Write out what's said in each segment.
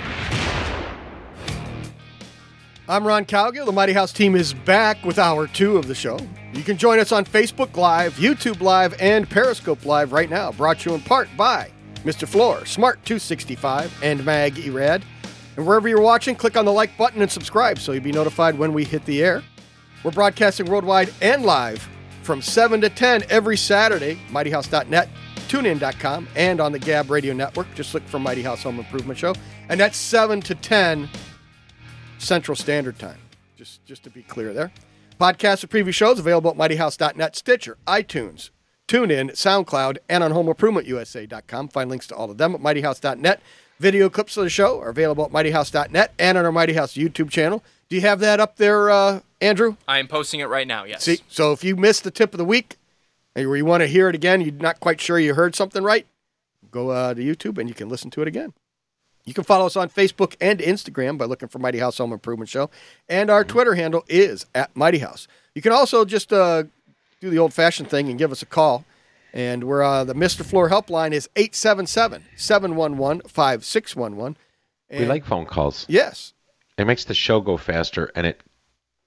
I'm Ron Cowgill. The Mighty House team is back with hour two of the show. You can join us on Facebook Live, YouTube Live, and Periscope Live right now. Brought to you in part by Mr. Floor, Smart 265, and Mag Erad. And wherever you're watching, click on the like button and subscribe so you'll be notified when we hit the air. We're broadcasting worldwide and live from 7 to 10 every Saturday. MightyHouse.net, TuneIn.com, and on the Gab Radio Network. Just look for Mighty House Home Improvement Show. And that's 7 to 10 Central Standard Time. Just just to be clear there. Podcasts of previous shows available at mightyhouse.net, Stitcher, iTunes, TuneIn, SoundCloud, and on homeimprovementusa.com. Find links to all of them at mightyhouse.net. Video clips of the show are available at mightyhouse.net and on our Mighty House YouTube channel. Do you have that up there, uh, Andrew? I am posting it right now. Yes. See, so if you missed the tip of the week, or you want to hear it again, you're not quite sure you heard something right, go uh, to YouTube and you can listen to it again. You can follow us on Facebook and Instagram by looking for Mighty House Home Improvement Show, and our Twitter handle is at Mighty House. You can also just uh, do the old-fashioned thing and give us a call, and we're uh, the Mister Floor helpline is 877-711-5611. We like phone calls. Yes, It makes the show go faster and it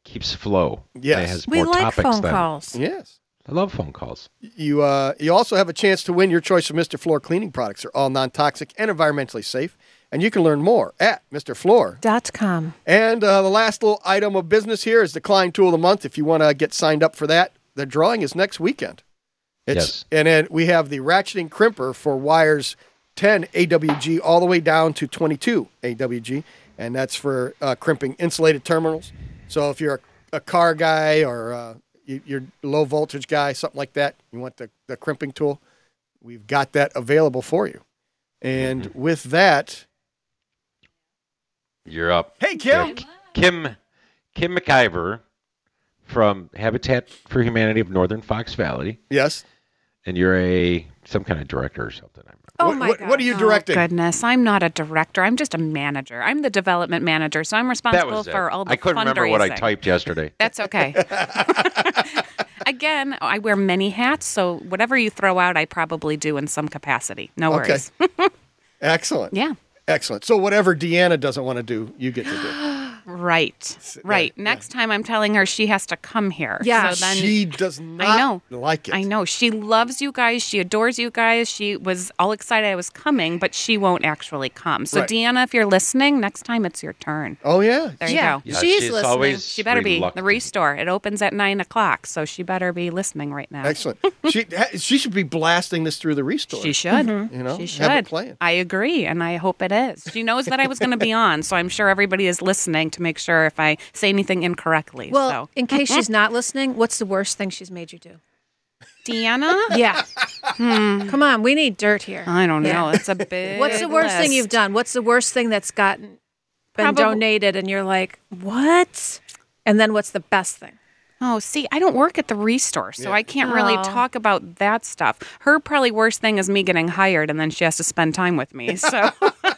keeps flow. And Yes. It has We more like topics phone than- calls. yes. I love phone calls. You uh, you also have a chance to win your choice of Mister Floor cleaning products. They're all non-toxic and environmentally safe, and you can learn more at Mister Floor. Dot com. And uh, the last little item of business here is the Klein Tool of the Month. If you want to get signed up for that, the drawing is next weekend. It's, Yes. And then we have the ratcheting crimper for wires 10 AWG all the way down to 22 AWG, and that's for uh, crimping insulated terminals. So if you're a, a car guy or uh, you, you're a low voltage guy, something like that, you want the, the crimping tool, we've got that available for you. And with that, You're up. hey, Kim. Dick. Kim Kim McIver from Habitat for Humanity of Northern Fox Valley. Yes. And you're a some kind of director or something. I'm Oh What- my what- God. what are you Oh, directing? goodness, I'm not a director. I'm just a manager. I'm the development manager, so I'm that responsible was it. for all the I couldn't remember what I fundraising. typed yesterday. That's okay. Again, I wear many hats, so whatever you throw out, I probably do in some capacity. No Okay. worries. Excellent. yeah. Excellent. So whatever Deanna doesn't want to do, you get to do. Right. Right. Next time I'm telling her she has to come here. Yeah. So then she does not I know. like it. I know. She loves you guys. She adores you guys. She was all excited I was coming, but she won't actually come. So Right. Deanna, if you're listening, next time it's your turn. Oh yeah. There Yeah. you go. Yeah, She's listening. always She better be reluctant. the restore. It opens at nine o'clock, so she better be listening right now. Excellent. she ha- she should be blasting this through the restore. She should. Mm-hmm. You know, she should. have it playing. I agree, and I hope it is. She knows that I was going to be on, so I'm sure everybody is listening to make sure if I say anything incorrectly. Well, so. in case she's not listening, what's the worst thing she's made you do? Deanna, Yeah. Come on, we need dirt here. Hmm. I don't know. Yeah. It's a big. What's the worst thing list. you've done? What's the worst thing that's gotten been Probab- donated and you're like, "What?" And then what's the best thing? Oh, see, I don't work at the restore, so I can't really Oh. talk about that stuff. Her probably worst thing is me getting hired and then she has to spend time with me. So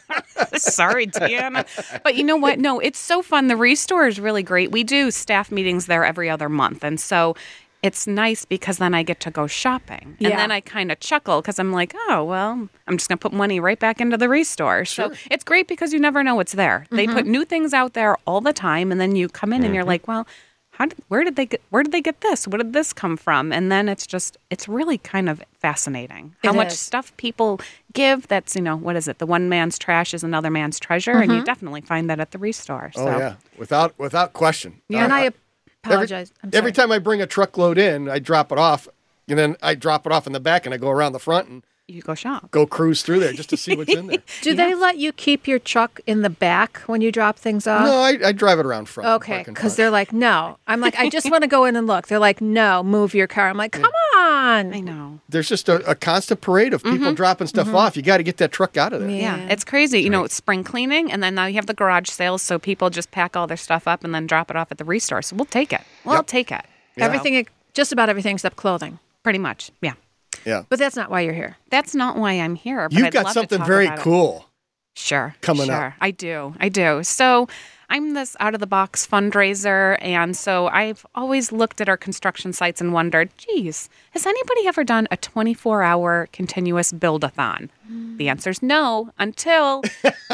sorry, Deanna. But you know what? No, it's so fun. The restore is really great. We do staff meetings there every other month. And so it's nice because then I get to go shopping. And Yeah. then I kind of chuckle because I'm like, oh, well, I'm just going to put money right back into the restore. So it's great because you never know what's there. They Mm-hmm. put new things out there all the time. And then you come in and you're like, well, how did, where did they get where did they get this? What did this come from? And then it's just it's really kind of fascinating how It much is. stuff people give that's you know what is it the one man's trash is another man's treasure and you definitely find that at the restore so Oh yeah. Without without question. Uh, And I every, apologize. I'm every sorry. time I bring a truckload in, I drop it off, and then I drop it off in the back, and I go around the front, and you go shop. Go cruise through there just to see what's in there. Do they let you keep your truck in the back when you drop things off? Uh, No, I, I drive it around front. Okay, park in because front. they're like, no. I'm like, I just want to go in and look. They're like, no, move your car. I'm like, come I on. know. there's just a, a constant parade of people dropping stuff off. You got to get that truck out of there. Mm-hmm. Yeah, it's crazy. You know, it's spring cleaning, and then now you have the garage sales, so people just pack all their stuff up and then drop it off at the restore. So we'll take it. We'll take it. Everything, ex- just about everything except clothing. Pretty much. Yeah. Yeah. But that's not why you're here. That's not why I'm here. But You've I'd got love to something talk very about it. cool. Sure. coming up. sure. I do. I do. So I'm this out of the box fundraiser. And so I've always looked at our construction sites and wondered, geez, has anybody ever done a 24 hour continuous build a thon? Mm. The answer is no until,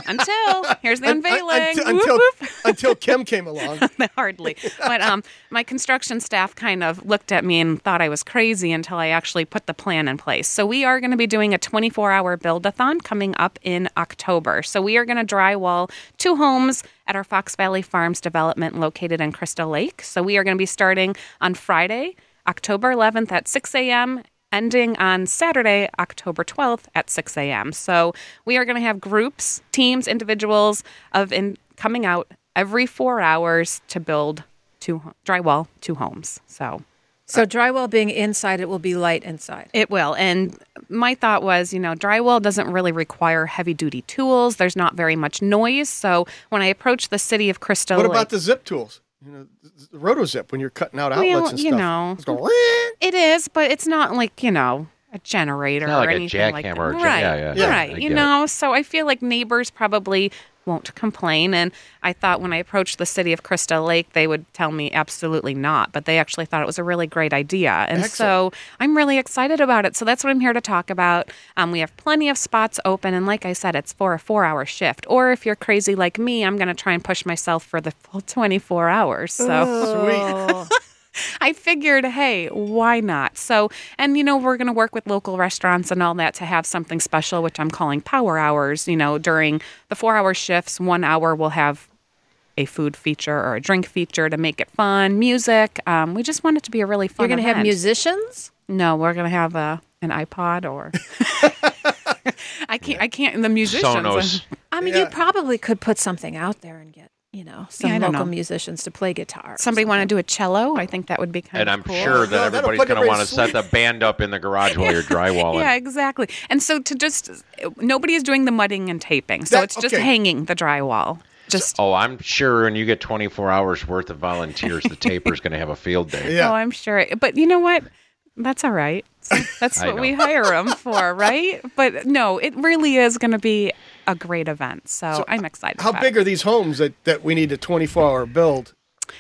until, here's the Un- un- unveiling. until, Whoop, until, whoop. until Kim came along. hardly. But um, my construction staff kind of looked at me and thought I was crazy until I actually put the plan in place. So we are going to be doing a 24-hour build-a-thon coming up in October. So we are going to drywall two homes at our Fox Valley Farms development located in Crystal Lake. So we are going to be starting on Friday, October 11th at 6 a.m ending on Saturday, October 12th at 6 a.m. So we are going to have groups, teams, individuals of in coming out every four hours to build two ho- drywall two homes. So So drywall being inside, it will be light inside. it will. And my thought was, you know, drywall doesn't really require heavy duty tools. There's not very much noise. So when I approached the city of Crystal, what about Lake- the zip tools? You know, the roto zip when you're cutting out outlets Well, and you stuff. know. It's going, "Wee!" It is, but it's not like, you know, a generator Not like or a anything like that. jackhammer or a gen- right. yeah, yeah, yeah, I Right. You get it. know, so I feel like neighbors probably won't complain. And I thought when I approached the city of Crystal Lake, they would tell me absolutely not. But they actually thought it was a really great idea. And so I'm really excited about it. So that's what I'm here to talk about. Um, we have plenty of spots open. And like I said, it's for a four hour shift. Or if you're crazy like me, I'm going to try and push myself for the full 24 hours. So. Oh. I figured, hey, why not? So, and you know, we're going to work with local restaurants and all that to have something special, which I'm calling power hours. You know, during the four hour shifts, one hour we'll have a food feature or a drink feature to make it fun, music. Um, we just want it to be a really fun You're going to have event. musicians? No, we're going to have a, an iPod or. I can't. I can't. The musicians. Sonos. I mean, you probably could put something out there and get, you know, some I don't local know. musicians to play guitar. or Somebody want to do a cello? I think that would be kind And of I'm cool. sure that No, that'll everybody's put going to everybody want to set to the band up in the garage while you're drywalling. Yeah, exactly. And so to just nobody is doing the mudding and taping, so That- it's just okay. hanging the drywall. Just Oh, I'm sure when you get 24 hours worth of volunteers, the taper's going to have a field day. Yeah. oh, I'm sure. it- But you know what? That's all right. So that's I what we know. hire them for, right? But no, it really is going to be a great event. So, I'm excited. How about big It. are these homes that, that we need a 24 hour build?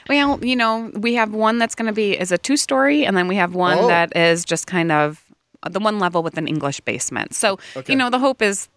Well, you know, we have one that's going to be is a two story, and then we have one Oh. that is just kind of the one level with an English basement. So Okay. you know, the hope is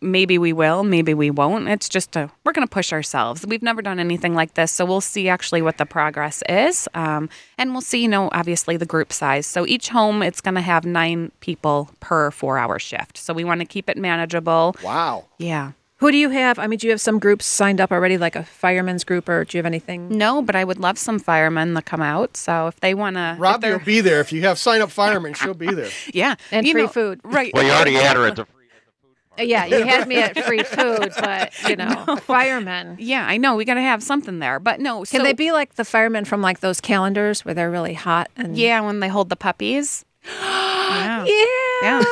maybe we will, maybe we won't. It's just a, we're going to push ourselves. We've never done anything like this, so we'll see actually what the progress is, um, and we'll see. You know, obviously the group size. So each home, it's going to have nine people per four-hour shift. So we want to keep it manageable. Wow. Yeah. Who do you have? I mean, do you have some groups signed up already, like a firemen's group, or do you have anything? No, but I would love some firemen to come out. So if they want to, Robbie will be there. If you have sign up firemen, she'll be there. Yeah, And free food. Right. Well, you already had her at the free. Uh, Yeah, you had me at free food, but you know, firemen. yeah, I know. We got to have something there, but no. Can so, they be like the firemen from like those calendars where they're really hot and Yeah, when they hold the puppies. yeah. yeah, Yeah.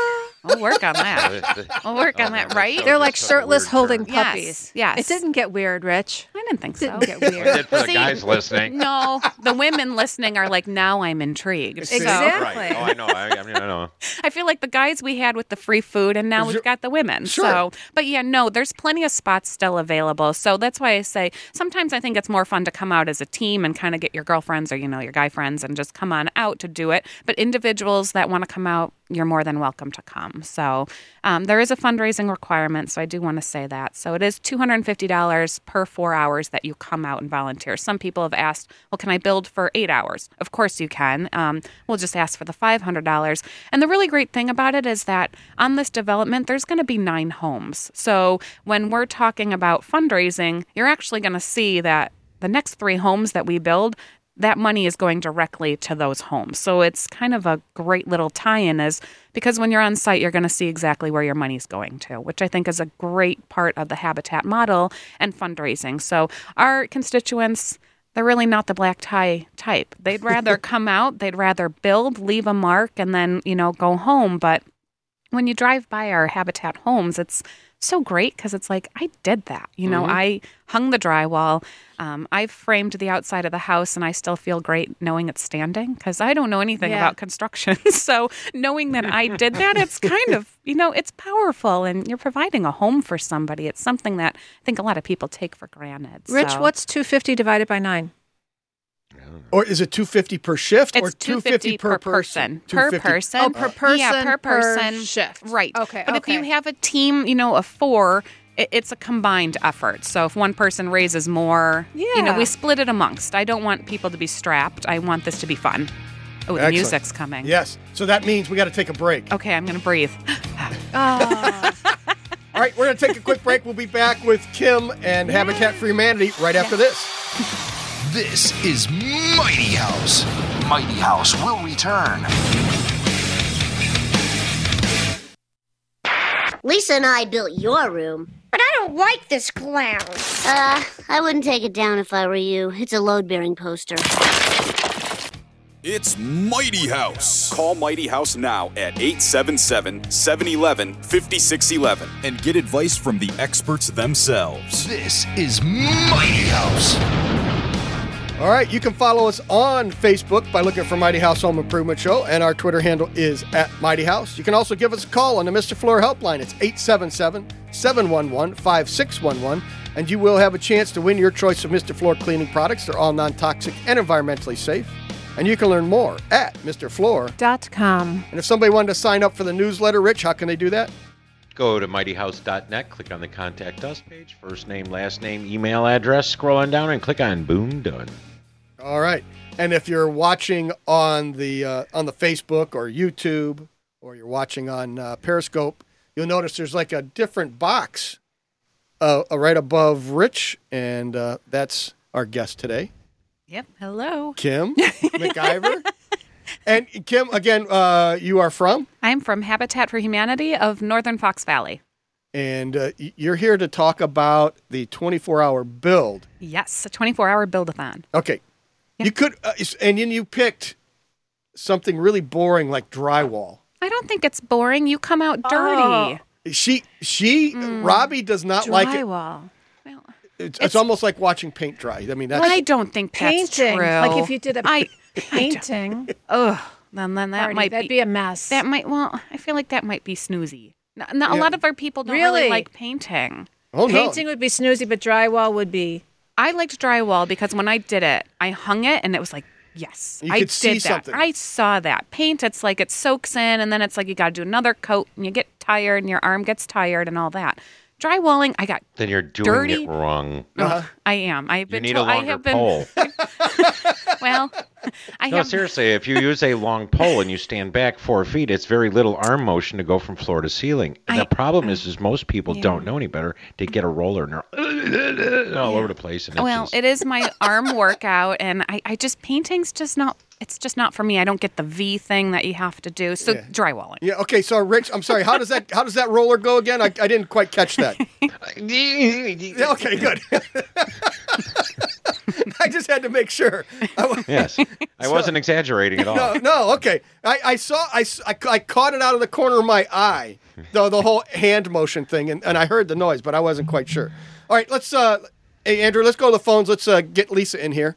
We'll work on that. We'll work on that, right? They're like shirtless holding Yes, puppies. yes. it didn't get weird, Rich. I didn't think so. Didn't get weird. Did for the See, guys listening. No, the women listening are like, now I'm intrigued. So Exactly. Right. Oh, I know. I, I mean, I know. I feel like the guys we had with the free food, and now we've got the women. Sure. So, but yeah, no, there's plenty of spots still available. So that's why I say sometimes I think it's more fun to come out as a team and kind of get your girlfriends or you know your guy friends and just come on out to do it. But individuals that want to come out, you're more than welcome to come. So um, there is a fundraising requirement, so I do want to say that. So it is $250 per four hours that you come out and volunteer. Some people have asked, well, can I build for eight hours? Of course you can. Um, we'll just ask for the $500. And the really great thing about it is that on this development, there's going to be nine homes. So when we're talking about fundraising, you're actually going to see that the next three homes that we build, that money is going directly to those homes. So it's kind of a great little tie-in is because when you're on site you're going to see exactly where your money's going to, which I think is a great part of the habitat model and fundraising. So our constituents they're really not the black tie type. They'd rather come out, they'd rather build, leave a mark and then, you know, go home, but when you drive by our habitat homes it's so great because it's like i did that you know Mm-hmm. i hung the drywall um, i framed the outside of the house and i still feel great knowing it's standing because i don't know anything Yeah. about construction so knowing that i did that it's kind of you know it's powerful and you're providing a home for somebody it's something that i think a lot of people take for granted Rich, so. what's 250 divided by 9? Or is it 250 per shift or It's 250 per person. person? Per 250 person. Oh, per person, Yeah, per per person. shift. Right. Okay, But okay. if you have a team, you know, of four, i- it's a combined effort. So if one person raises more, you know, Yeah. we split it amongst. I don't want people to be strapped. I want this to be fun. Oh, the Excellent. music's coming. Yes. So that means we got to take a break. Okay, I'm going to breathe. Oh, All right, we're going to take a quick break. We'll be back with Kim and Habitat for Humanity right after this. This is Mighty House. Mighty House will return. Lisa and I built your room. But I don't like this clown. Uh, I wouldn't take it down if I were you. It's a load bearing poster. It's Mighty House. Call Mighty House now at 877 711 5611 and get advice from the experts themselves. This is Mighty House. All right, you can follow us on Facebook by looking for Mighty House Home Improvement Show, and our Twitter handle is at Mighty House. You can also give us a call on the Mr. Floor helpline. It's 877 711 5611, and you will have a chance to win your choice of Mr. Floor cleaning products. They're all non toxic and environmentally safe. And you can learn more at Mr. Floor. dot com. And if somebody wanted to sign up for the newsletter, Rich, how can they do that? Go to mightyhouse.net, click on the contact us page, first name, last name, email address, scroll on down and click on boom done. All right. And if you're watching on the uh, on the Facebook or YouTube, or you're watching on uh, Periscope, you'll notice there's like a different box uh, uh, right above Rich, and uh, that's our guest today, Yep. Hello. Kim McIver. And Kim, again, uh, you are from, I'm from Habitat for Humanity of Northern Fox Valley. and uh, y- you're here to talk about the 24-hour build. Yes, a 24 hour build a thon. Okay, you could, uh, s- and then you picked something really boring like drywall. I don't think it's boring. You come out dirty. Oh. She she Robbie does not like it. Drywall. Well, It's, it's almost like watching paint dry. I mean that's I don't think that's Painting. true. Like if you did a I- painting, Ugh. Then then that party, might that'd be, be, a mess. that might well. I feel like that might be snoozy. N- n- A Yeah. lot of our people don't really, Really? like painting. oh no. painting would be snoozy, but drywall would be. I liked drywall because when I did it, I hung it and it was like. Yes, You I could did see that. something. I saw that paint. It's like it soaks in, and then it's like you got to do another coat, and you get tired, and your arm gets tired, and all that. Drywalling, I got. Then you're doing Dirty. it wrong. ugh, I am. I've You been. need a told- I longer have been. pole. Well, I No, have. seriously, if you use a long pole and you stand back four feet, it's very little arm motion to go from floor to ceiling. the problem is, is most people don't know any better. They get a roller and they're all over the place. And it's Well, just- it is my arm workout, and I, I just painting's just not. It's just not for me. I don't get the V thing that you have to do. So drywalling. yeah, okay, so Rich, I'm sorry. How does that how does that roller go again? I, I didn't quite catch that. Yeah, okay, good. I just had to make sure. I wa- yes, I wasn't exaggerating at all. no, no, okay. I, I saw I, s- I ca- I caught it out of the corner of my eye. Though the whole hand motion thing and, and I heard the noise, but I wasn't quite sure. All right, let's uh hey Andrew, let's go to the phones. Let's uh, get Lisa in here.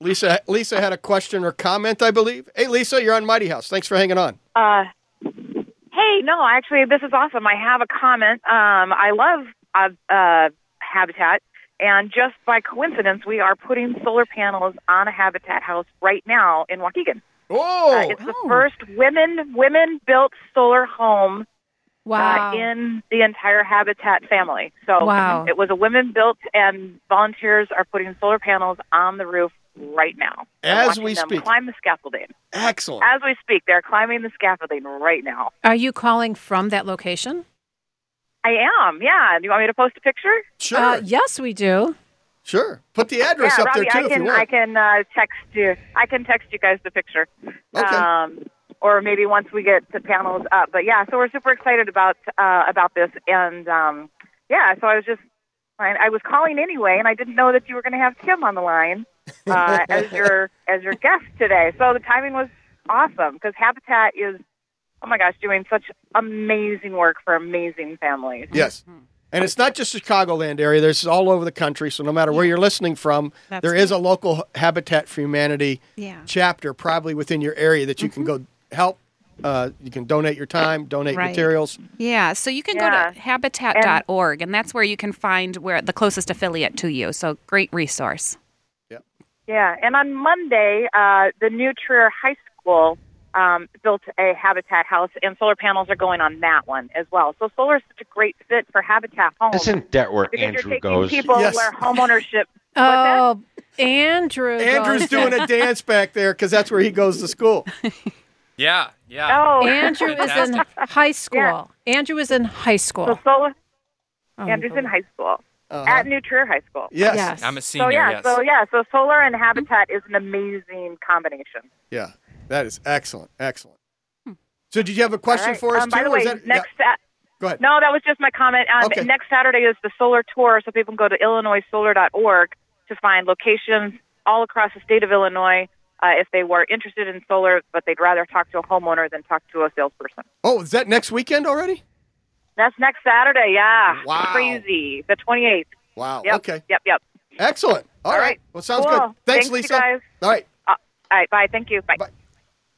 Lisa Lisa had a question or comment, I believe. Hey Lisa, you're on Mighty House. Thanks for hanging on. Uh, hey, no, actually, this is awesome. I have a comment. Um, I love uh, uh, Habitat, and just by coincidence, we are putting solar panels on a Habitat house right now in Waukegan. Uh, Oh, it's the first women women built solar home Wow. uh, in the entire Habitat family. So Wow. it was a women built, and volunteers are putting solar panels on the roof right now. I'm As watching we them speak. climb the scaffolding. excellent. As uh, we speak, they're climbing the scaffolding right now. Are you calling from that location? I am. Yeah. Do you want me to post a picture? Sure. Uh, yes, we do. Sure. Put the address yeah, up Robbie, there too I if can you want. I can uh, text you. I can text you guys the picture. Okay. Um, or maybe once we get the panels up. But yeah, so we're super excited about uh, about this, and um, yeah, so I was just I, I was calling anyway, and I didn't know that you were going to have Tim on the line uh, as your as your guest today. So the timing was awesome because Habitat is oh my gosh doing such amazing work for amazing families. Yes. And it's not just Chicagoland area. There's all over the country. So no matter where you're listening from, there That's is a local Habitat for Humanity Yeah. Mm-hmm. chapter probably within your area that you can go help. Uh, you can donate your time, donate Right. materials. Yeah, so you can Yeah. go to habitat.org, and that's where you can find where the closest affiliate to you. So great resource. Yeah, and on Monday, uh, the new Trier High School um, built a habitat house, and solar panels are going on that one as well. So solar is such a great fit for habitat homes Isn't that where because you're Andrew taking goes? people Yes. where homeownership. What's Oh, Andrew. Andrew's goes- doing a dance back there because that's where he goes to school. Yeah, that? yeah. Oh, Andrew is in Fantastic. high school. Andrew is in high school. so solar. Oh, Andrew's in high school Uh-huh. at New Trier High School. yes. Yes. I'm a So senior. yeah, yes. so yeah, so solar and habitat is an amazing combination. Yeah. That is excellent. Excellent. So did you have a question All right. for us um, too? By the or way, is that- yeah, next Sat- go ahead. No, that was just my comment. Um, Okay. Next Saturday is the solar tour, so people can go to illinoissolar.org to find locations all across the state of Illinois uh, if they were interested in solar, but they'd rather talk to a homeowner than talk to a salesperson. Oh, is that next weekend already? That's next Saturday, yeah. Wow. Crazy. The 28th. Wow. Yep. Okay. Yep, yep. Excellent. all All right. right. Well, sounds Cool. good. Thanks, Thanks, you Lisa. guys. All right. Uh, all right, bye. Thank you. Bye. Bye.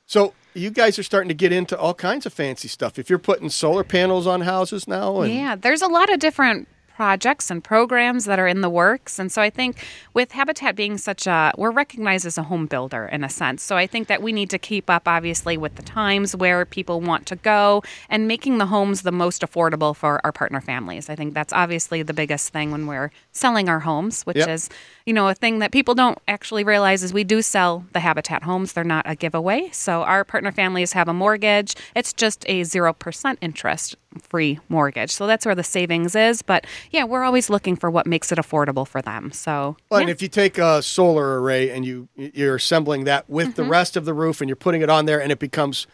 So you guys are starting to get into all kinds of fancy stuff. If you're putting solar panels on houses now, and Yeah, there's a lot of different projects and programs that are in the works. And so I think with Habitat being such a, we're recognized as a home builder in a sense. So I think that we need to keep up, obviously, with the times where people want to go and making the homes the most affordable for our partner families. I think that's obviously the biggest thing when we're selling our homes, which Yep. is, you know, a thing that people don't actually realize is we do sell the Habitat homes. They're not a giveaway. So our partner families have a mortgage. It's just a 0% interest free mortgage. So that's where the savings is. But yeah, we're always looking for what makes it affordable for them. So Well, and if you take a solar array and you you're assembling that with Mm-hmm. the rest of the roof and you're putting it on there, and it becomes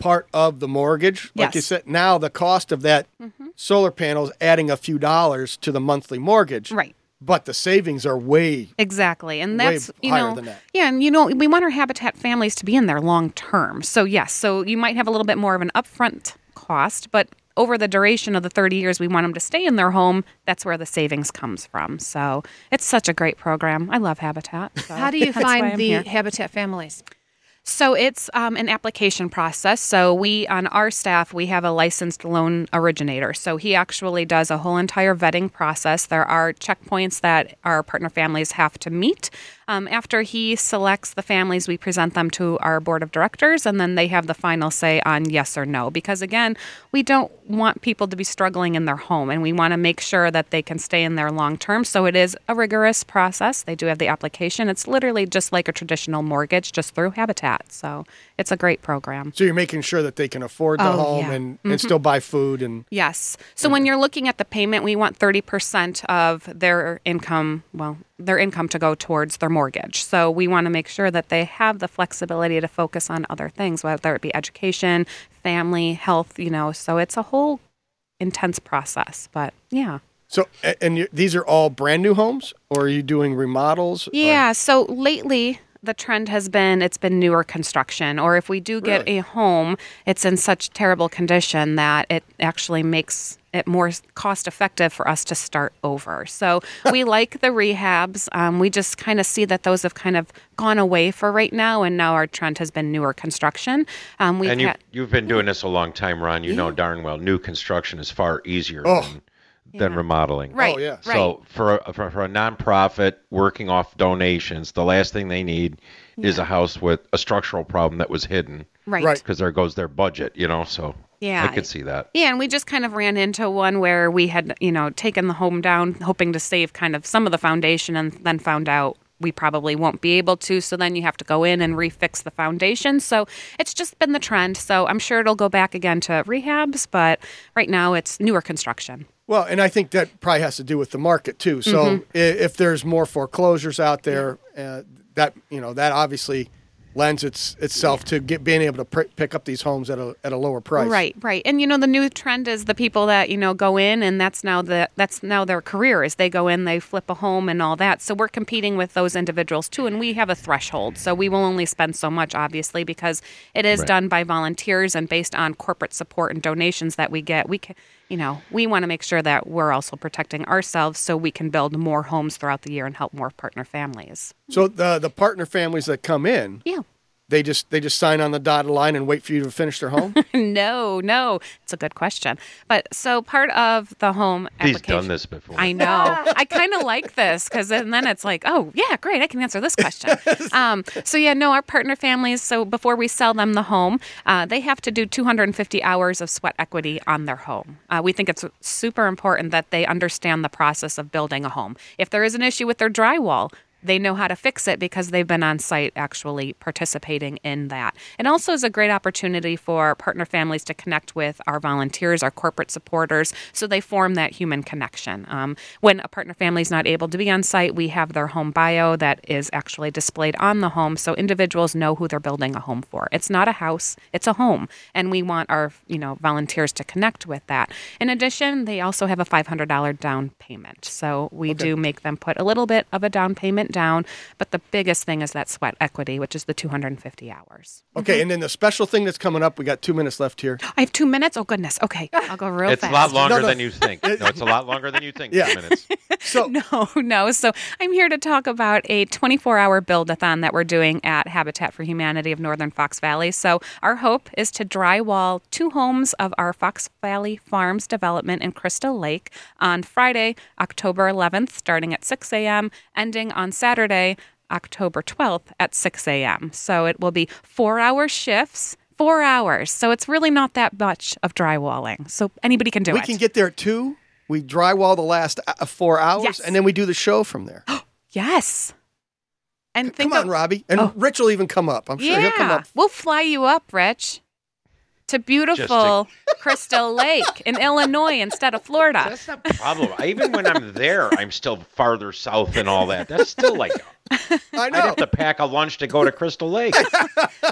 part of the mortgage, like you Yes. Mm-hmm. said, now the cost of that solar panels adding a few dollars to the monthly mortgage, Right. But the savings are way Exactly. And Way that's, you higher know, than that. yeah, and you know, we want our habitat families to be in there long term. So, yes, so you might have a little bit more of an upfront cost, but over the duration of the 30 years we want them to stay in their home, that's where the savings comes from. So, it's such a great program. I love Habitat. so How do you that's why find I'm the here. Habitat families? So it's um, an application process. So we, on our staff, we have a licensed loan originator. So he actually does a whole entire vetting process. There are checkpoints that our partner families have to meet. Um, after he selects the families, we present them to our board of directors, and then they have the final say on yes or no. Because again, we don't want people to be struggling in their home, and we want to make sure that they can stay in there long term. So it is a rigorous process. They do have the application. It's literally just like a traditional mortgage, just through Habitat. So it's a great program. So you're making sure that they can afford the Oh, home yeah. and, and still buy food and Yes. So when you're looking at the payment, we want 30% of their income, well, their income to go towards their mortgage. So we want to make sure that they have the flexibility to focus on other things, whether it be education, family, health, you know. So it's a whole intense process, but yeah. so a- and you, these are all brand new homes or are you doing remodels? or- Yeah. So lately, the trend has been it's been newer construction, or if we do get Really? a home, it's in such terrible condition that it actually makes it more cost effective for us to start over. So we like the rehabs. Um, we just kind of see that those have kind of gone away for right now, and now our trend has been newer construction. Um, we've and you, had- you've been doing this a long time, Ron. You know darn well new construction is far easier Oh. than, than remodeling. right, yeah. right. So for a, for, for a nonprofit working off donations, the last thing they need is a house with a structural problem that was hidden right, Right. because there goes their budget. You know, so Yeah. I could see that. Yeah, and we just kind of ran into one where we had, you know, taken the home down, hoping to save kind of some of the foundation, and then found out we probably won't be able to. So then you have to go in and refix the foundation. So it's just been the trend. So I'm sure it'll go back again to rehabs, but right now it's newer construction. Well, and I think that probably has to do with the market too. So Mm-hmm. Mhm. i- if there's more foreclosures out there, uh, that you know that obviously lends its, itself to get, being able to pr- pick up these homes at a at a lower price. Right, right. And you know the new trend is the people that, you know, go in and that's now the that's now their career is they go in, they flip a home and all that. So we're competing with those individuals too and we have a threshold. So we will only spend so much obviously because it is Right. done by volunteers and based on corporate support and donations that we get. We can, you know, we want to make sure that we're also protecting ourselves so we can build more homes throughout the year and help more partner families. So the the partner families that come in, yeah, they just they just sign on the dotted line and wait for you to finish their home. no, no. It's a good question. But so part of the home He's application. done this before. I know. I kind of like this because then, then it's like, oh, yeah, great. I can answer this question. Um, so, yeah, no, our partner families, so before we sell them the home, uh, they have to do 250 hours of sweat equity on their home. Uh, we think it's super important that they understand the process of building a home. If there is an issue with their drywall, they know how to fix it because they've been on site actually participating in that. It also is a great opportunity for partner families to connect with our volunteers, our corporate supporters, so they form that human connection. Um, when a partner family is not able to be on site, we have their home bio that is actually displayed on the home so individuals know who they're building a home for. It's not a house, it's a home, and we want our, you know, volunteers to connect with that. In addition, they also have a $500 down payment. So we do make them put a little bit of a down payment down, but the biggest thing is that sweat equity, which is the 250 hours. Okay, and then the special thing that's coming up, we got two minutes left here. I have two minutes. Oh goodness. Okay, I'll go real it's fast. a lot longer No, no. than you think. No, it's a lot longer than you think. Yeah. Two minutes. So no, Oh, no. So I'm here to talk about a 24-hour build-a-thon that we're doing at Habitat for Humanity of Northern Fox Valley. So our hope is to drywall two homes of our Fox Valley Farms development in Crystal Lake on Friday, October 11th, starting at 6 a.m., ending on Saturday, October 12th at 6 a.m. So it will be four-hour shifts. Four hours, so it's really not that much of drywalling. So anybody can do we it. can get there at two. We drywall the last uh, four hours, and then we do the show from there. yes. And think Oh. come on, of- Robbie, and Rich will even come up. I'm sure he'll come up. We'll fly you up, Rich, to beautiful Crystal Lake in Illinois instead of Florida. That's not Problem. I- Even when I'm there, I'm still farther south and all that. That's still like I would have to pack a lunch to go to Crystal Lake.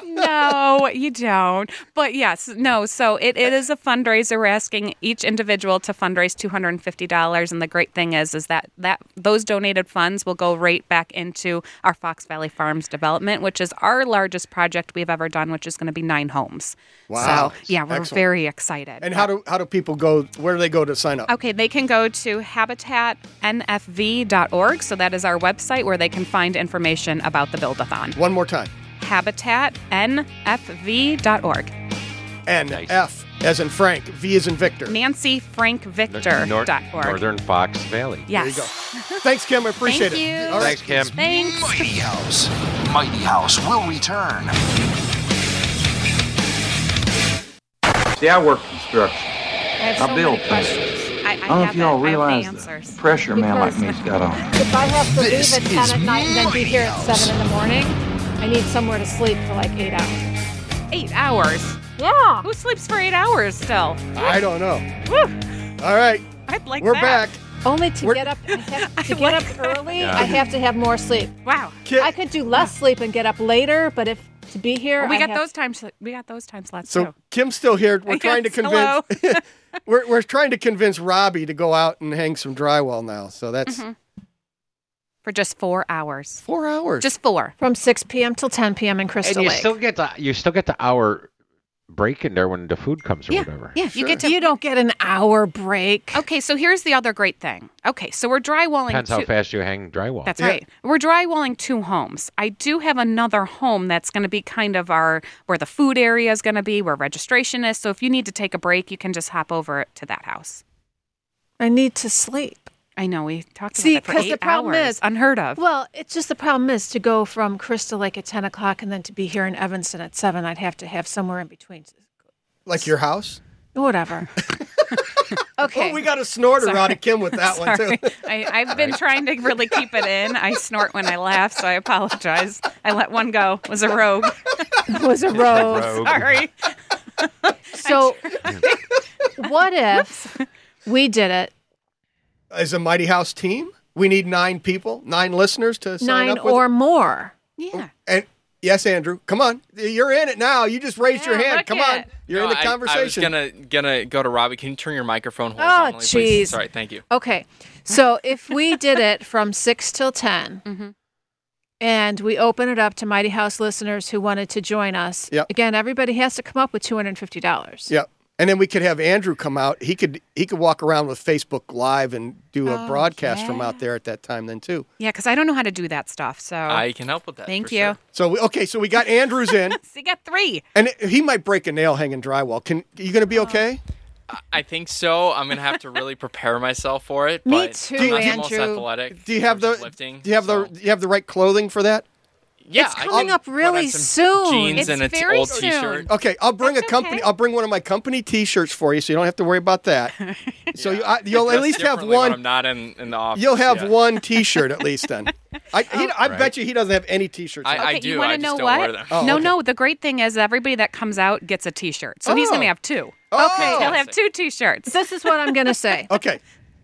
no, you don't. But yes, no. So it, it is a fundraiser. We're asking each individual to fundraise two hundred and fifty dollars, and the great thing is, is that that those donated funds will go right back into our Fox Valley Farms development, which is our largest project we've ever done, which is going to be nine homes. Wow. So yeah, we're Excellent. very excited. And how do how do people go? Where do they go to sign up? Okay, they can go to habitatnfv.org. So that is our website where they can find information about the build-a-thon. One more time. Habitatnfv.org. N F as in Frank, V as in Victor. Nancy Frank Victor Nor- dot org. Northern Fox Valley. Yes. There you go. Thanks, Kim. I appreciate Thank it. you. All right. Thanks, Kim. Thanks. Mighty House. Mighty House will return. See, I work construction. I have I so build many things. questions. I, I, I don't know have if you all it. I have the realize answers. the pressure a man like me's got on. If I have to This leave at 10 at night and then be here at 7 in the morning, I need somewhere to sleep for like eight hours. Eight hours. Yeah. Who sleeps for eight hours still? I don't know. All right. I'd like We're that. back. Only to get up, I have to get up early, Yeah. I have to have more sleep. Wow. I could do less sleep and get up later, but if to be here, we I got have- those times. We got those time slots So too. Kim's still here. We're trying to Yes, hello. convince. we're we're trying to convince Robbie to go out and hang some drywall now. So that's Mhm. For just four hours. Four hours. Just four. From 6 p.m. till 10 p.m. in Crystal and you Lake. still get the you still get the hour break in there when the food comes or whatever. Yeah, you get to. You don't get an hour break. Okay, so here's the other great thing. Okay, so we're drywalling. Depends two- how fast you hang drywall. That's right. We're drywalling two homes. I do have another home that's going to be kind of our where the food area is going to be, where registration is. So if you need to take a break, you can just hop over to that house. I need to sleep. I know we talked See, about that for because eight the problem hours. is unheard of. Well, it's just the problem is to go from Crystal Lake at 10 o'clock and then to be here in Evanston at 7, I'd have to have somewhere in between. like your house. Whatever. okay. Oh, we got a snorter Sorry. out of Kim with that one too. Sorry. I, I've been trying to really keep it in. I snort when I laugh, so I apologize. I let one go. Was a rogue. was a rogue. Sorry. So, what if we did it as a Mighty House team, we need nine people, nine listeners to sign Nine up with or it. more. Yeah. And yes, Andrew, come on, you're in it now. You just raised your hand. Come on, you're in No, the I- I, was conversation. gonna gonna go to Robbie. Can you turn your microphone Oh, horizontally, jeez. please? Sorry, thank you. Okay. So if we did it from 6 till 10, Mm-hmm. and we open it up to Mighty House listeners who wanted to join us, Yep. again, everybody has to come up with $250. Yeah. And then we could have Andrew come out. He could he could walk around with Facebook Live and do a Oh, broadcast from yeah. out there at that time then too. Yeah, because I don't know how to do that stuff. So I can help with that, Thank for you. So we, okay, so we got Andrews in, So you got three. and he might break a nail hanging drywall. Can you going Oh. to be okay? I, I think so. I'm gonna have to really prepare myself for it. Me but too, I'm not The most Andrew. athletic. Do you have the lifting? Do you have the do you have the right clothing for that? Yeah, It's coming up really soon. jeans it's and it's very old soon. t-shirt. Okay, I'll bring a company. I'll bring one of my company T-shirts for you, so you don't have to worry about that. So you, I, you'll at Dress least have differently when I'm one. not in, in the office. You'll have yeah. one T-shirt at least. Then, I, he, I Right. bet you he doesn't have any T-shirts. I- on. I Okay, you want to know what? Oh, no, okay. no. The great thing is everybody that comes out gets a T-shirt, so he's Oh. going to have two. Oh. Okay, he'll have two T-shirts. This is what I'm going to say. Okay.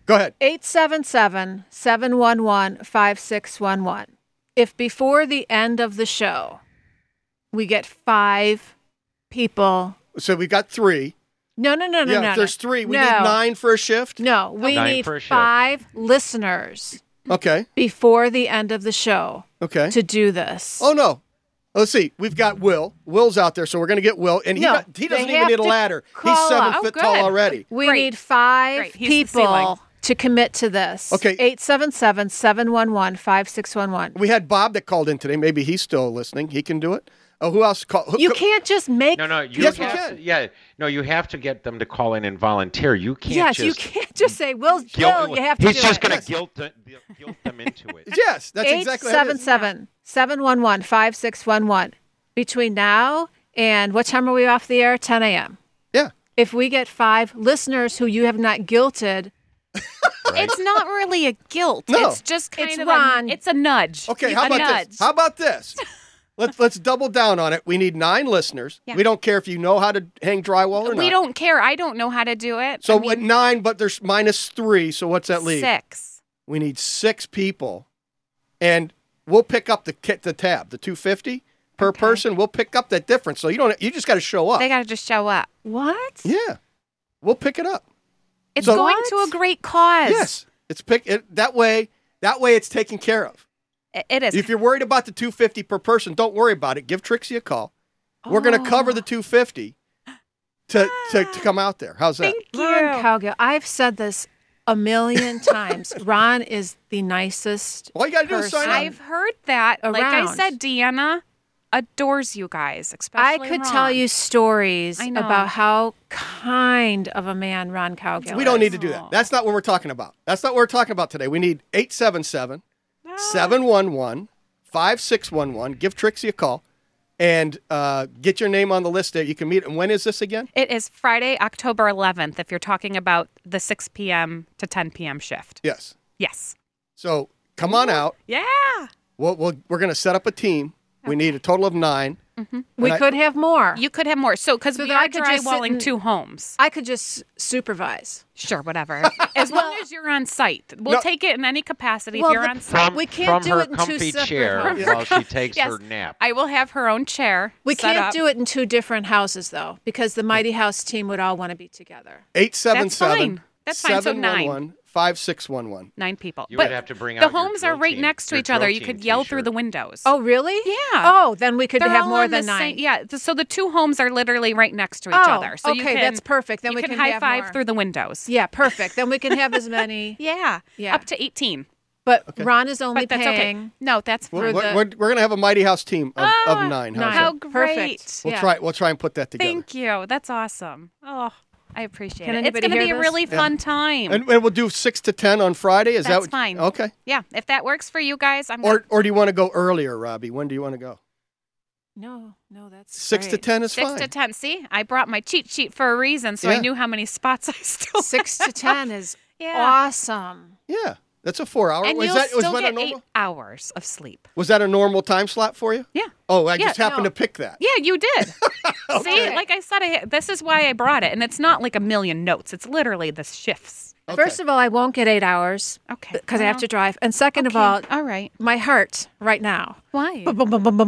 Go ahead. 877 711 5611. If before the end of the show we get five people. So we got three. No, no, no, no, yeah, no. if there's three. We no. need nine for a shift. No, we Nine need per shift. five listeners Okay. before the end of the show. Okay. To do this. Oh no. Let's see. We've got Will. Will's out there, so we're gonna get Will, and he, No, got- he doesn't they even have need a to ladder. He's call seven up. Oh, foot tall already. We need five Great. He's the ceiling. people to commit to this. Okay. 877 711 5611. We had Bob that called in today. Maybe he's still listening. He can do it. Oh, who else called? You can't just make. No, no, you Yes, we have can. To, yeah, no, you have to get them to call in and volunteer. You can't Yes, just you can't just say, Will's guilt. Bill, you have to He's do just it. gonna guilt them, guilt them into it. Yes, that's exactly how it is. 877 711 5611. Between now and what time are we off the air? 10 a.m. Yeah. If we get five listeners who you have not guilted, It's not really a guilt. No. It's just kind It's of Ron. A, it's a nudge. Okay, You- how a about nudge. this? How about this? let's let's double down on it. We need nine listeners. Yeah. We don't care if you know how to hang drywall or not. We don't care. I don't know how to do it. So I mean, at nine, but there's minus three. So what's that leave? six. We need six people, and we'll pick up the kit, the tab, the two fifty per person. We'll pick up that difference. So you don't. You just got to show up. They got to just show up. What? yeah, we'll pick it up. It's So- going to a great cause. Yes, it's pick it, that way. That way, it's taken care of. I- it is. If you're worried about the 250 per person, don't worry about it. Give Trixie a call. We're going Oh. to cover the 250 to, to, to come out there. How's that? Ron Cowgill, I've said this a million times. Ron is the nicest. All you got to do is sign up. I've heard that. Like I Around. said, Deanna adores you guys, I especially could Ron. tell you stories I know. about how kind of a man Ron Cowgill We is. don't need to do that. That's not what we're talking about. That's not what we're talking about today. We need 877 Ah. 711 5611. Give Trixie a call and uh, get your name on the list there. You can meet. And when is this again? It is Friday, October 11th, if you're talking about the 6 p.m. to 10 p.m. shift. Yes. Yes. So come on out. Yeah. We'll, we'll, we're going to set up a team. We need a total of nine. We And I- could have more. You could have more. So, because we that I are could just sit drywalling and- two homes. I could just supervise. Sure, whatever. as long as you're on site, we'll No. take it in any capacity Well, if you're the- on site. From, We can't from do her it in two comfy separate chair homes. while she takes Yes. her nap. I will have her own chair. We can't do it in two different houses though, because the Mighty House team would all want to be together. That's 877 fine. That's fine. So nine. 5611. Nine people. You but would have to bring the out your homes are drill right team- next to your each other. drill You team could yell through the windows. Oh, really? Yeah. Oh, then we could They're have all more on the than nine. same- e- yeah. th- So the two homes are literally right next to each Oh, other. So you okay, can- that's perfect. Then you we can, can high have five more. through the windows. Yeah, perfect. Then we can have as many. Yeah. Yeah. Up to 18. But Ron is only But that's paying. okay. No, that's We're, fine. we're- we're- we're gonna have a mighty house team of, of nine. How's Oh, How that? great. Perfect. We'll Yeah. try. We'll try and put that together. Thank you. That's awesome. Oh, I appreciate Can it. It's anybody going to be hear a this? really Yeah. fun time. And, and we'll do six to ten on Friday. Is that That's what- fine. Okay. yeah. If that works for you guys, I'm Or gonna- or do you want to go earlier, Robbie? When do you want to go? No, no, that's Six to great. ten is six fine. to ten. See, I brought my cheat sheet for a reason, so Yeah. I knew how many spots I still. Six to ten is Yeah. awesome. Yeah. That's a four hour. and was you'll that was still that a get normal? eight hours of sleep. Was that a normal time slot for you? Yeah. Oh, I Yeah, just happened no. to pick that. Yeah, you did. See, like I said, I, this is why I brought it, and it's not like a million notes. It's literally the shifts. First of all, I won't get eight hours. Okay. Because I have Well, to drive. And second of okay, all, all right. My heart right now. Why?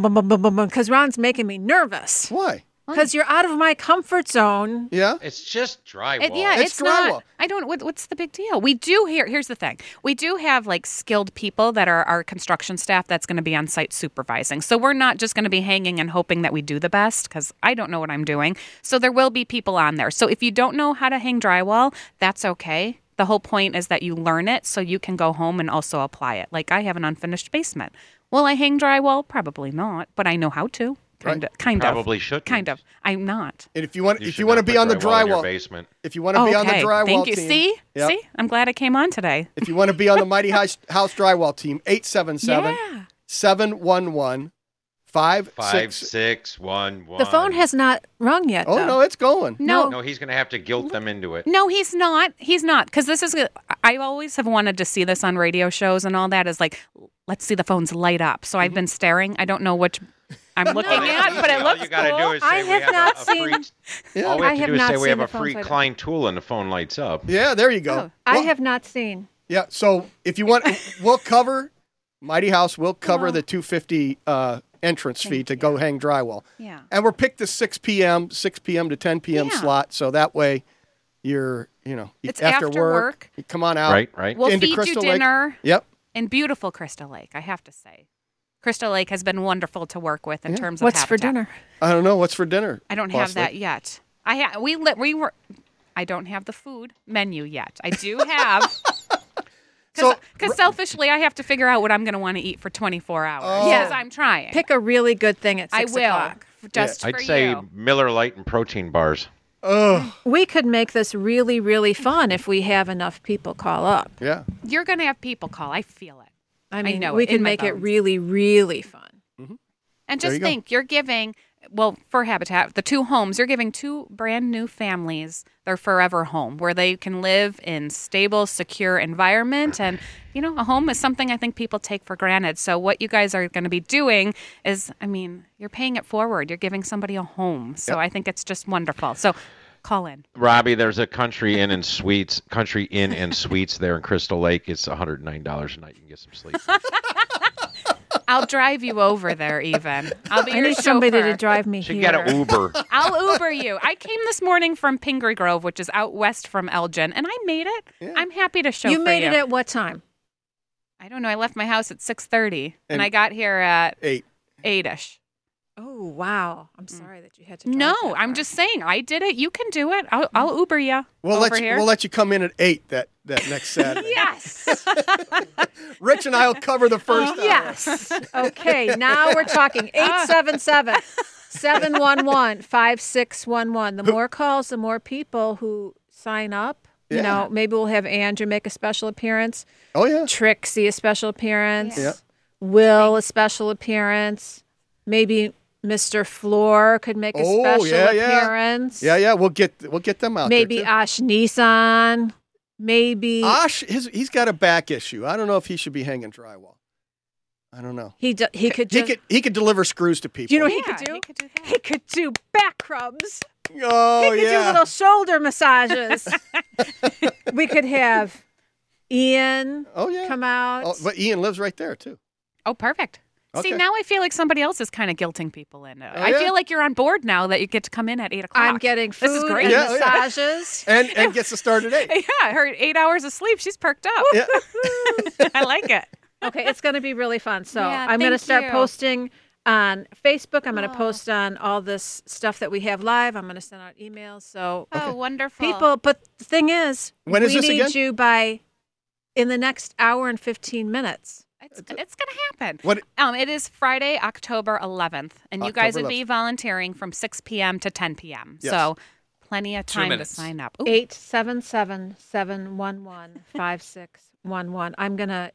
Because Ron's making me nervous. Why? Because you're out of my comfort zone. Yeah. It's just drywall. It- yeah, it's, not. I don't. What, what's the big deal? We do here. Here's the thing. We do have like skilled people that are our construction staff that's going to be on site supervising. So we're not just going to be hanging and hoping that we do the best because I don't know what I'm doing. So there will be people on there. So if you don't know how to hang drywall, that's okay. The whole point is that you learn it so you can go home and also apply it. Like I have an unfinished basement. Will I hang drywall? Probably not, but I know how to. Kind of. Kind of. Probably shouldn't. Kind of. I'm not. And if you want, You if should you want to not be put on the drywall in your drywall, basement. if you want to be on the Okay, drywall Thank you. team- See, Yep. see, I'm glad I came on today. If you want to be on the Mighty House, House Drywall Team, 877 711 Five, six, one, one. The phone has not rung yet. Oh, though. no, it's going. No. No, he's going to have to guilt them into it. No, he's not. He's not. Because this is, I always have wanted to see this on radio shows and all that is like, let's see the phones light up. So I've been staring. I don't know which I'm looking Well, that's at, but Mm-hmm. it easy. All looks you gotta cool. do is say I we have have not a, a seen- free, All we I have to have do is not say we have a seen the phone free light up. Klein tool and the phone lights up. Yeah, there you go. I have not seen. Yeah. So if you want, we'll cover Mighty House. We'll cover the 250 uh, entrance fee to go hang drywall. Yeah. And we're picked the 6 p.m. 6 p.m. to 10 p.m. Yeah. slot, so that way you're you know you- It's after, after work. you come on out. Right, right. We'll into feed Crystal you Lake. dinner Yep. in beautiful Crystal Lake, I have to say. Crystal Lake has been wonderful to work with in terms of What's for habitat. dinner? I don't know what's for dinner. I don't have Boss that Lady? yet. I ha- we li- we were. I don't have the food menu yet. I do have. Because selfishly, I have to figure out what I'm going to want to eat for 24 hours. Oh. Because Yeah. I'm trying. Pick a really good thing at I six will. o'clock. Just I'd for say you. Miller Lite and protein bars. Ugh. We could make this really, really fun if we have enough people call up. Yeah. You're going to have people call. I feel it. I mean, know we it in could my make it bones. really, really fun. And There just you go. think, you're giving, well, for Habitat, the two homes, you're giving two brand new families their forever home where they can live in stable, secure environment. And, you know, a home is something I think people take for granted. So what you guys are going to be doing is, I mean, you're paying it forward. You're giving somebody a home. So I think it's just wonderful. So call in. Robbie, there's a Country Inn and Suites, Country Inn and Suites there in Crystal Lake. It's $109 a night. You can get some sleep. I'll drive you over there even. I'll be I your need somebody to chauffeur. drive me Should here. get an Uber. I'll Uber you. I came this morning from Pingree Grove, which is out west from Elgin, and I made it. I'm happy to show you for made you. it at what time? I don't know. I left my house at six thirty, and, And- I got here at eight eight-ish. Oh wow! I'm sorry that you had to. No, I'm just saying I did it. You can do it. I'll, I'll Uber you. We'll over let you, here. we'll let you come in at eight that that next Saturday. yes. Rich and I'll cover the first. hour. Uh-huh. Yes. okay, now we're talking. 877 711 5611. The more calls, the more people who sign up. You Yeah. know, maybe we'll have Andrew make a special appearance. Oh, yeah. Trixie, a special appearance. Yeah. Yeah. Will, a special appearance. Maybe Mr. Floor could make a Oh special yeah, yeah. appearance. Yeah, yeah. We'll get we'll get them out. there, Maybe too. Ah, Ash Nissan. Maybe Osh, his, he's got a back issue. I don't know if he should be hanging drywall. I don't know. he, d- he could He just. could he could deliver screws to people. Do you know what he could do? He could do, back rubs. Oh he could do yeah. little shoulder massages. we could have Ian Oh, yeah. come out. Oh, but Ian lives right there too. Oh, perfect. See, Okay. now I feel like somebody else is kind of guilting people in. Oh, I yeah. feel like you're on board now that you get to come in at eight o'clock. I'm getting food Ah, This is great. and Yeah, oh, yeah. massages. And and gets to start at eight. Yeah, her eight hours of sleep. She's perked up. Yeah. I like it. Okay, it's going to be really fun. So Yeah, I'm going to thank start you. posting on Facebook. I'm going to post on all this stuff that we have live. I'm going to send out emails. So Oh, wonderful. people, but the thing is, When is we this need again? you by in the next hour and 15 minutes. It's, it's gonna happen. What- Um, it is Friday, October 11th, and you guys October would be volunteering from 6 p.m. to 10 p.m. Yes. So, plenty of Two time to minutes. sign up. Ooh, Eight seven seven seven one one five six one one. I'm gonna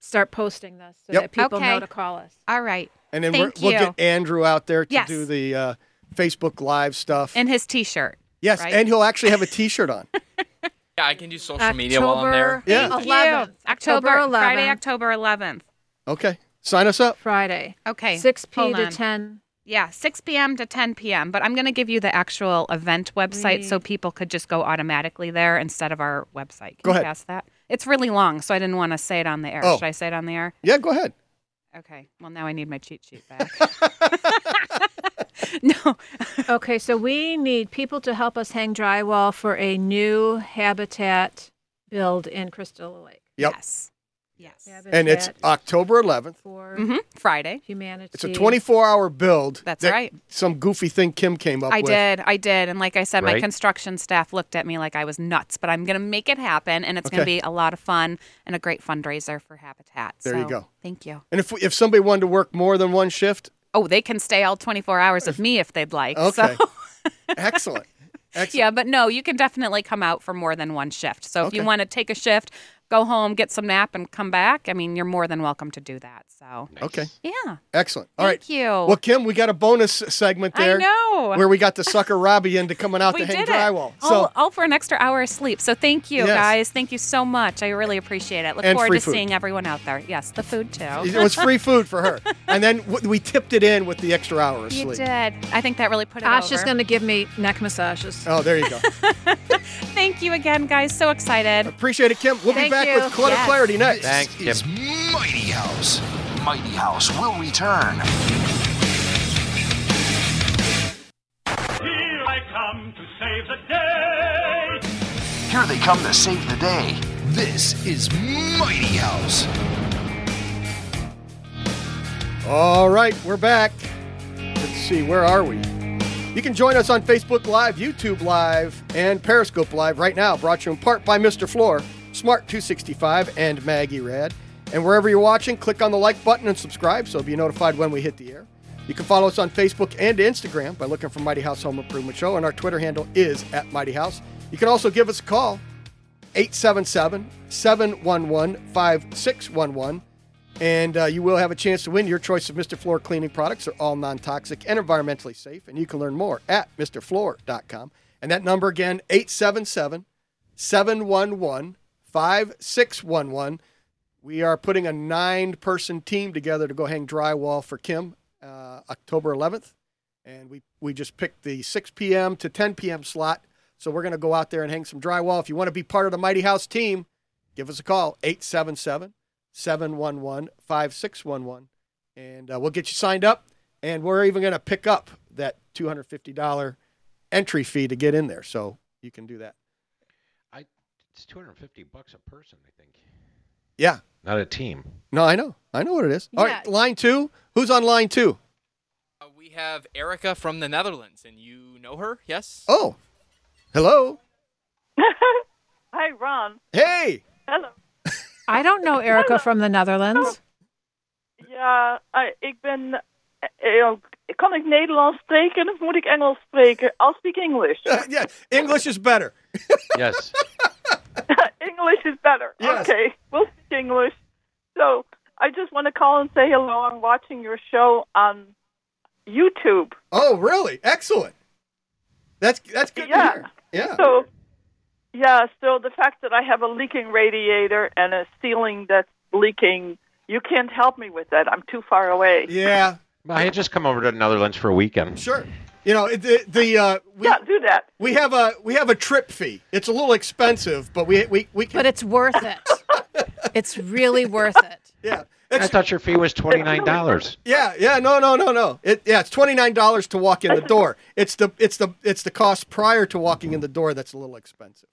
start posting this so Yep. that people Okay. know to call us. All right. And then we're, Thank we'll you. get Andrew out there to Yes. do the uh, Facebook Live stuff. And his T-shirt. yes, right? and he'll actually have a T-shirt on. Yeah, I can do social media while I'm there. Yeah. Thank you. 11th. October, October 11th. Friday, October 11th. Okay. Sign us up. Friday. Okay. 6 p hold to on. 10. Yeah, 6 p.m. to 10 p.m. But I'm going to give you the actual event website so people could just go automatically there instead of our website. Can you Go ahead. pass that? It's really long, so I didn't want to say it on the air. Oh. Should I say it on the air? Yeah, go ahead. Okay. Well, now I need my cheat sheet back. Okay, so we need people to help us hang drywall for a new habitat build in Crystal Lake. Yep. Yes. Yes. And it's October 11th. Mhm, Friday. Humanity. It's a 24 hour build. That's that right. Some goofy thing Kim came up I with. did. I did. And like I said, my Right? construction staff looked at me like I was nuts, but I'm going to make it happen. And it's going to Okay. be a lot of fun and a great fundraiser for Habitat. There you So, go. Thank you. And if, if somebody wanted to work more than one shift, Oh, they can stay all 24 hours with me if they'd like. okay. So, Excellent. yeah, but no, you can definitely come out for more than one shift. So if you Okay. want to take a shift, go home, get some nap, and come back, I mean, you're more than welcome to do that. So, Okay. yeah. Excellent. All right. Thank you. Well, Kim, we got a bonus segment I there. know. Where we got to sucker Robbie into coming out we to hang did drywall. it. Oh, all, all for an extra hour of sleep. So thank you, Yes. guys. Thank you so much. I really appreciate it. Look And forward free to food. seeing everyone out there. Yes, the food too. it was free food for her. And then w- we tipped it in with the extra hour of you sleep. did. I think that really put it Ash is over. going to give me neck massages. Oh, there you go. Thank you again, guys. So excited. Appreciate it, Kim. We'll Thank be back you. with Clutter Yes. Clarity next. This is Mighty House. Mighty House will return. Here I come to save the day. Here they come to save the day. This is Mighty House. All right, we're back. Let's see, where are we? You can join us on Facebook Live, YouTube Live, and Periscope Live right now, brought to you in part by Mr. Floor, Smart265, and Maggie Rad. And wherever you're watching, click on the like button and subscribe so you'll be notified when we hit the air. You can follow us on Facebook and Instagram by looking for Mighty House Home Improvement Show, and our Twitter handle is at Mighty House. You can also give us a call, 877 711 5611. And uh, you will have a chance to win. Your choice of Mr. Floor cleaning products are all non toxic and environmentally safe. And you can learn more at MrFloor.com. And that number again, 877 711 5611. We are putting a nine person team together to go hang drywall for Kim uh, October 11th. And we, we just picked the 6 p.m. to 10 p.m. slot. So we're going to go out there and hang some drywall. If you want to be part of the Mighty House team, give us a call 877 711 5611. And uh, we'll get you signed up. And we're even going to pick up that $250 entry fee to get in there. So you can do that. It's 250 bucks a person, I think. Yeah. Not a team. No, I know. I know what it is. All right. Line two. Who's on line two? Uh, We have Erica from the Netherlands, and you know her, yes? Oh, hello. Hi, Ron. Hey. Hallo. I don't know Erica from the Netherlands. Ja, eh, ik ben. eh, eh, Kan ik Nederlands spreken of moet ik Engels spreken? I'll speak English. yeah, English is better. Yes. English is better. Okay, we'll speak English. So, I just want to call and say hello. I'm watching your show on YouTube. Oh, really? Excellent. That's that's good Yeah. to hear. Yeah. So, yeah, so the fact that I have a leaking radiator and a ceiling that's leaking, you can't help me with that. I'm too far away. Yeah. I had just come over to Netherlands for a weekend. Sure. You know the the uh, we, yeah do that. We have a we have a trip fee. It's a little expensive, but we we we can. But it's worth it. it's really worth it. Yeah. I thought your fee was $29. Yeah, yeah, no, no, no, no. It yeah, it's twenty nine dollars to walk in the door. It's the it's the it's the cost prior to walking in the door that's a little expensive.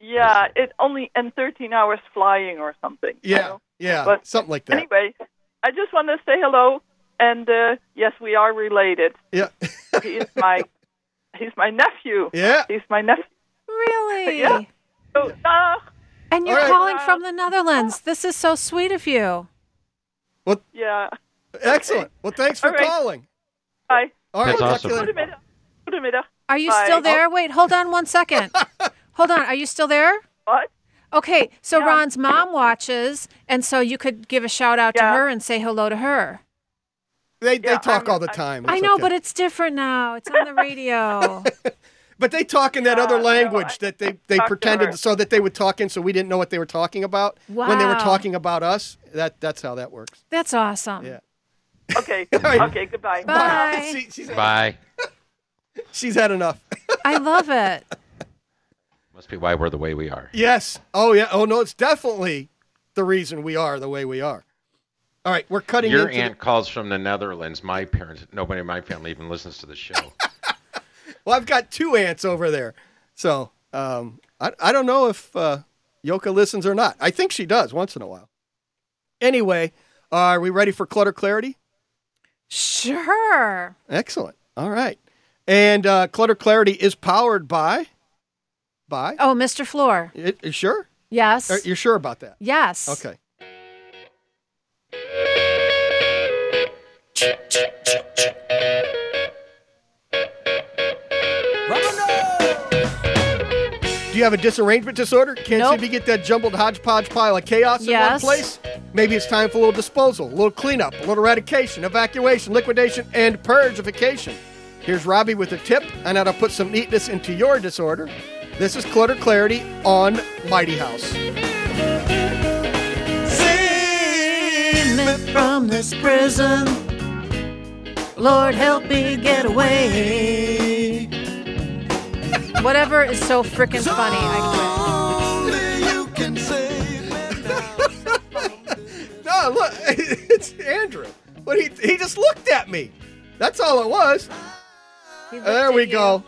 Yeah, it only and 13 hours flying or something. you Yeah, know? yeah, But something like that. Anyway, I just want to say hello, and uh, yes, we are related. Yeah. he is my he's my nephew. Yeah. he's my nephew. Really? Yeah. So, uh, And you're All right. calling from the Netherlands. This is so sweet of you. yeah. Excellent. Well, thanks for All right. calling. Bye. All right, That's talk to awesome. you later. Goedemiddag. Goedemiddag. Are you Bye. Oh. still there? Wait, hold on one second. hold on. Are you still there? What? Okay, so Ron's mom watches, and so you could give a shout out to her and say hello to her. They they talk all the time. I It's know, okay. but it's different now. It's on the radio. But they talk in that other language that they, talked to they her. pretended so that they would talk in so we didn't know what they were talking about when they were Wow. talking about us. That that's how that works. That's awesome. Yeah. Okay. Okay. Goodbye. Bye. Bye. She's had enough. I love it. Must be why we're the way we are. Yes. Oh yeah. Oh no, it's definitely the reason we are the way we are. All right, we're cutting Your into aunt calls from the Netherlands. My parents, nobody in my family even listens to the show. Well, I've got two ants over there. So um, I, I don't know if uh, Yoka listens or not. I think she does once in a while. Anyway, are we ready for clutter clarity? Sure. Excellent. All right. And uh, clutter clarity is powered by. By? Oh, Mr. Floor. It, you sure? Yes. Are- You're sure about that? Yes. Er, Okay. Do you have a disarrangement disorder? Can't seem to get that jumbled hodgepodge pile of chaos Yes. in one place? Maybe it's time for a little disposal, a little cleanup, a little eradication, evacuation, liquidation, and purgification. Here's Robbie with a tip on how to put some neatness into your disorder. This is Clutter Clarity on Mighty House. Save me from this prison. Lord, help me get away. Whatever is so freaking funny. I No, look, it's Andrew. What he he just looked at me. That's all it was. There we go.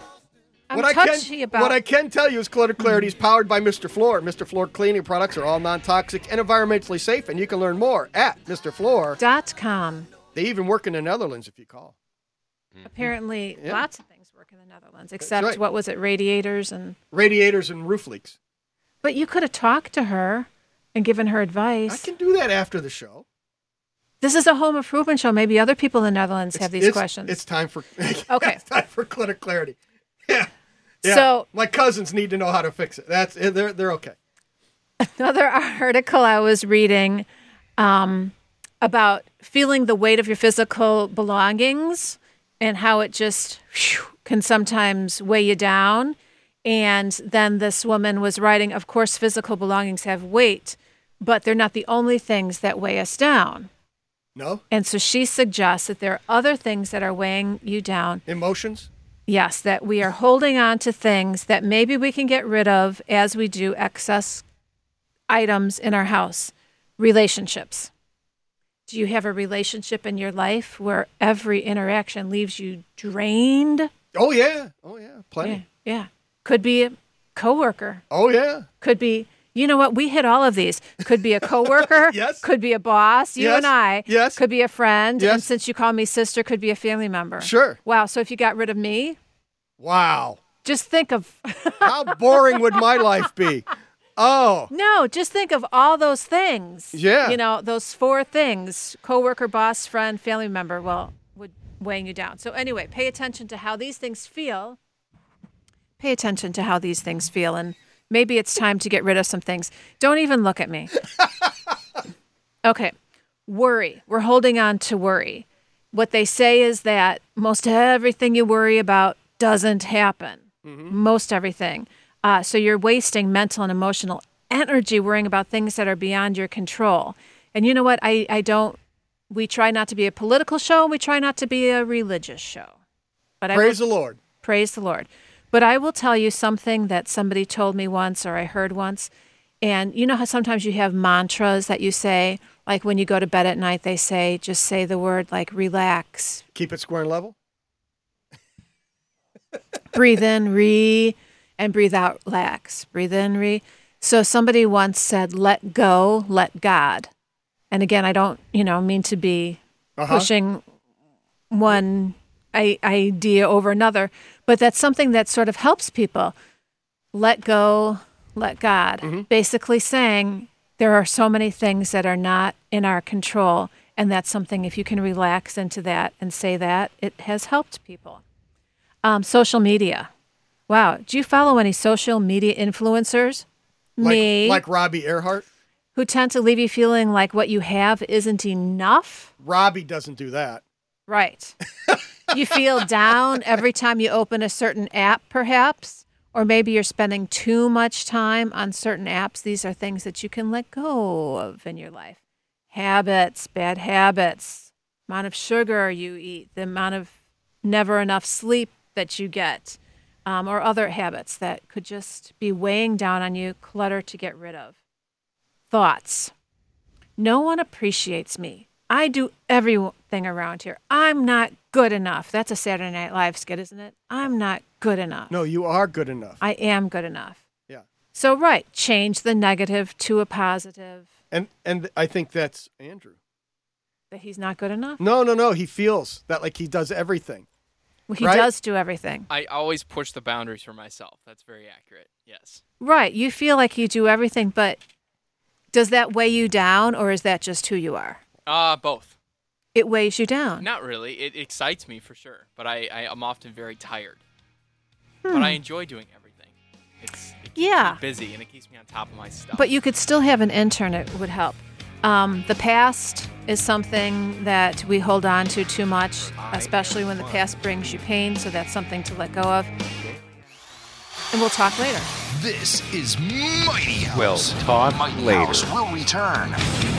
I'm what, I can, touchy about- what I can tell you is Clutter Clarity is powered by Mr. Floor. Mr. Floor cleaning products are all non-toxic and environmentally safe, and you can learn more at MrFloor.com. They even work in the Netherlands if you call. quit. Apparently, Mm-hmm. Yeah. lots of things work in the Netherlands, except right. what was it, radiators and. Radiators and roof leaks. But you could have talked to her and given her advice. I can do that after the show. This is a home improvement show. Maybe other people in the Netherlands have these It's- questions. It's time for Okay. it's time for Clutter Clarity. Yeah. yeah. So- my cousins need to know how to fix it. That's they're they're okay. Another article I was reading um, about feeling the weight of your physical belongings and how it just phew, can sometimes weigh you down. And then this woman was writing, of course, physical belongings have weight, but they're not the only things that weigh us down. No? And so she suggests that there are other things that are weighing you down Emotions? Yes, that we are holding on to things that maybe we can get rid of as we do excess items in our house. Relationships. Do you have a relationship in your life where every interaction leaves you drained? Oh yeah. Oh yeah. Plenty. Yeah. yeah. Could be a coworker. Oh yeah. Could be you know what? We hit all of these. Could be a coworker. yes. Could be a boss. You Yes. and I. Yes. Could be a friend. And Yes. since you call me sister, could be a family member. Sure. Wow. So if you got rid of me, Wow. just think of How boring would my life be? Oh. No, just think of all those things. Yeah. You know, those four things coworker, boss, friend, family member, well, would weighing you down. So, anyway, pay attention to how these things feel. Pay attention to how these things feel. And maybe it's time to get rid of some things. Don't even look at me. okay. Worry. We're holding on to worry. What they say is that most everything you worry about doesn't happen most everything. Uh, so you're wasting mental and emotional energy worrying about things that are beyond your control. And you know what? I, I don't, we try not to be a political show. We try not to be a religious show. But Praise I will, the Lord. Praise the Lord. But I will tell you something that somebody told me once or I heard once. And you know how sometimes you have mantras that you say, like when you go to bed at night, they say, just say the word like relax, Keep it square and level. breathe in, re, and breathe out, relax. Breathe in, re. So somebody once said, let go, let God. And again, I don't, you know, mean to be Uh-huh. pushing one I- idea over another, but that's something that sort of helps people. Let go, let God. Mm-hmm. Basically saying there are so many things that are not in our control. And that's something, if you can relax into that and say that, it has helped people. Um, social media. Wow. Do you follow any social media influencers? Like, Me. Like Robbie Earhart. who tend to leave you feeling like what you have isn't enough? Robbie doesn't do that. Right. you feel down every time you open a certain app, perhaps, or maybe you're spending too much time on certain apps. These are things that you can let go of in your life. Habits, bad habits, amount of sugar you eat, the amount of never enough sleep that you get, um, or other habits that could just be weighing down on you, clutter to get rid of. Thoughts. No one appreciates me. I do everything around here. I'm not good enough. That's a Saturday Night Live skit, isn't it? I'm not good enough. No, you are good enough. I am good enough. Yeah. So right, change the negative to a positive And and I think that's Andrew. that he's not good enough. No, no, no. He feels that like he does everything. Well, he Right? does do everything. I always push the boundaries for myself. That's very accurate. Yes. Right, you feel like you do everything, but does that weigh you down or is that just who you are? Uh, both. It weighs you down. Not really. It excites me for sure, but I, I am often very tired. But I enjoy doing everything. It's it keeps me Hmm. Yeah. busy and it keeps me on top of my stuff. But you could still have an intern. It would help. Um, the past is something that we hold on to too much, especially when the past brings you pain. So that's something to let go of. And we'll talk later. This is Mighty House. We'll talk Mighty later. House will return.